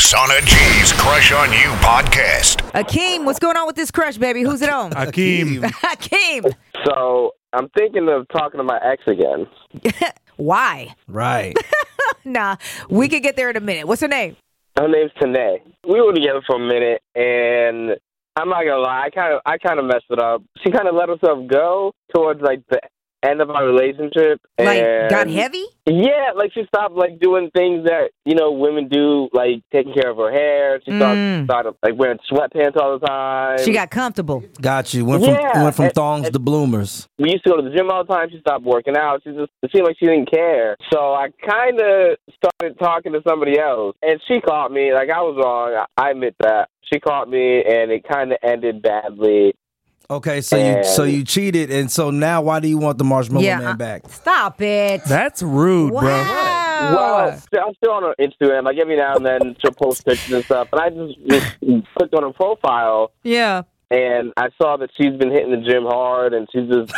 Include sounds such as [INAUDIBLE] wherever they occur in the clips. Sauna G's Crush on You podcast. Akeem, what's going on with this crush, baby? Who's it on? [LAUGHS] Akeem. Akeem. So I'm thinking of talking to my ex again. Why? Right. Nah, we could get there in a minute. What's her name? Her name's Tanae. We were together for a minute, and I'm not gonna lie, I kind of I kind of messed it up. She kind of let herself go towards like the end of our relationship, and Like, got heavy? Yeah, like she stopped like doing things that you know women do, like taking care of her hair. She Mm. started, started like wearing sweatpants all the time. She got comfortable. Got you. Went from Yeah, went from it- thongs it- to bloomers. we used to go to the gym all the time. She stopped working out. She just it seemed like she didn't care. So I kind of started talking to somebody else, and she caught me. Like I was wrong. I I admit that. She caught me, and it kind of ended badly. Okay, so you so you cheated, and so now why do you want the marshmallow Yeah, man uh, back? Stop it. That's rude, bro. wow. Well, st- I'm still on her Instagram. Like every now and then, she'll post pictures and stuff. And I just, just clicked on her profile, Yeah. and I saw that she's been hitting the gym hard, and she's just.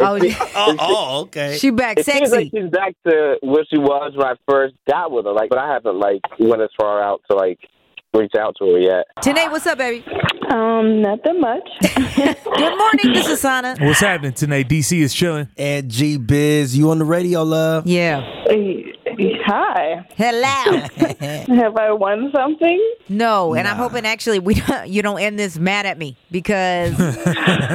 Oh, she- oh, okay. she back It seems sexy. like she's back to where she was when I first got with her. Like, but I haven't like went as far out to like reach out to her yet. Tanae, what's up, baby? Um, nothing much. Good morning, this is Sana. What's happening tonight? DC is chilling. And G Biz, you on the radio, love? Yeah. Hi. Hello. Have I won something? No, and I'm hoping actually we [LAUGHS] don't, you don't end this mad at me because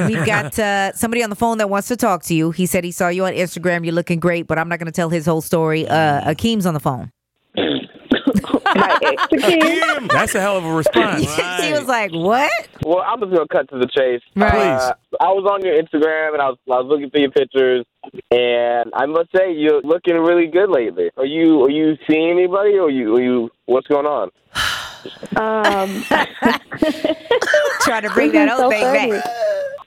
we've got uh, somebody on the phone that wants to talk to you. He said he saw you on Instagram. You're looking great, but I'm not going to tell his whole story. Uh, Akeem's on the phone. [LAUGHS] My ex [LAUGHS] again? That's a hell of a response. she was like, "What? Well, I'm just gonna cut to the chase. Right. Uh, I was on your Instagram and I was I was looking through your pictures, and I must say you're looking really good lately. Are you are you seeing anybody? Or you are you what's going on? Um, Trying to bring that so old thing back?"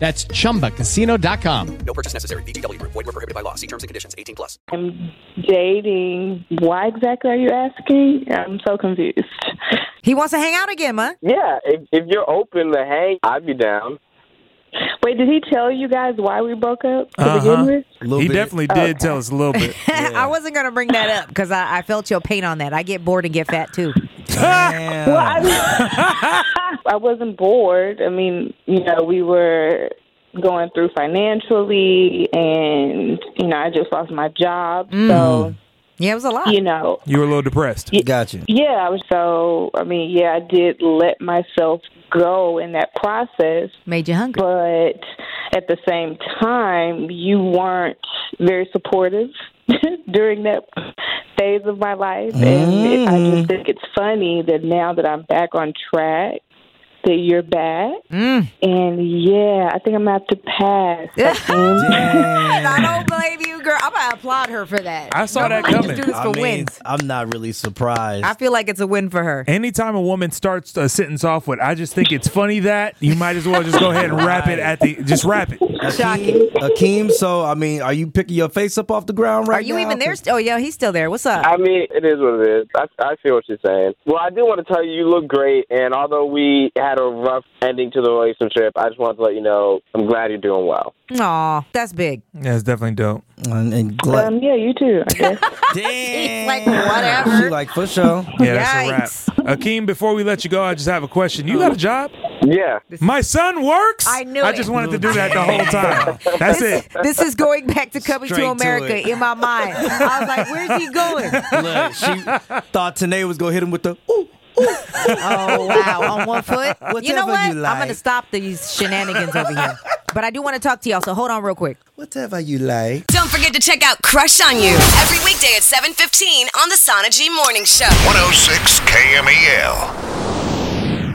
That's chumbacasino.com. No purchase necessary. VGW Group. Void were prohibited by law. See terms and conditions. 18 plus. am dating. Why exactly are you asking? I'm so confused. He wants to hang out again, [LAUGHS] huh? Yeah, if if you're open to hang, I'd be down. Wait, did he tell you guys why we broke up to Uh-huh. begin with? Little he bit. definitely did tell us a [LAUGHS] little bit. I wasn't going to bring that up because I, I felt your pain on that. I get bored and get fat too. Damn. Well, I, mean, I wasn't bored. I mean, you know, we were going through financially, and you know, I just lost my job, so Yeah, it was a lot. you know, You were a little depressed. Got you. yeah. I was so. I mean, yeah, I did let myself go in that process, Made you hungry. but at the same time, you weren't very supportive [LAUGHS] during that phase of my life. And it, I just think it's funny that now that I'm back on track, that you're back. And yeah, I think I'm going to have to pass. I don't blame you, girl. I'm going to applaud her for that. I saw that Normally, coming. Just do this I for mean, wins. I'm not really surprised. I feel like it's a win for her. Anytime a woman starts a sentence off with, I just think it's funny that, you might as well just go ahead and wrap it at the, just wrap it. Shocking. Akeem, so I mean, are you picking your face up off the ground right Are you now? even there? st- Oh, yeah, he's still there. What's up? I mean, it is what it is. I, I feel what you're saying. Well, I do want to tell you, you look great. And although we had a rough ending to the relationship, I just wanted to let you know I'm glad you're doing well. Aw, that's big. Yeah, it's definitely dope. And, and gla- [LAUGHS] Um, yeah, you too, I guess. Damn. like, whatever. She like for sure. Yeah, that's a wrap. Akeem, before we let you go, I just have a question. You got a job? Yeah. My son works? I knew I it. just wanted to do [LAUGHS] that the whole time. That's it. This is going back to coming Straight to to America it. in my mind. I was like, where's he going? Look, she thought Tanae was gonna hit him with the ooh. Oh wow, on one foot. you know Whatever what? you I'm gonna like. stop these shenanigans over here. But I do want to talk to y'all, so hold on real quick. Whatever you like. Don't forget to check out Crush on You oh every weekday at 7:15 on the Sana G Morning Show. 106 KMEL.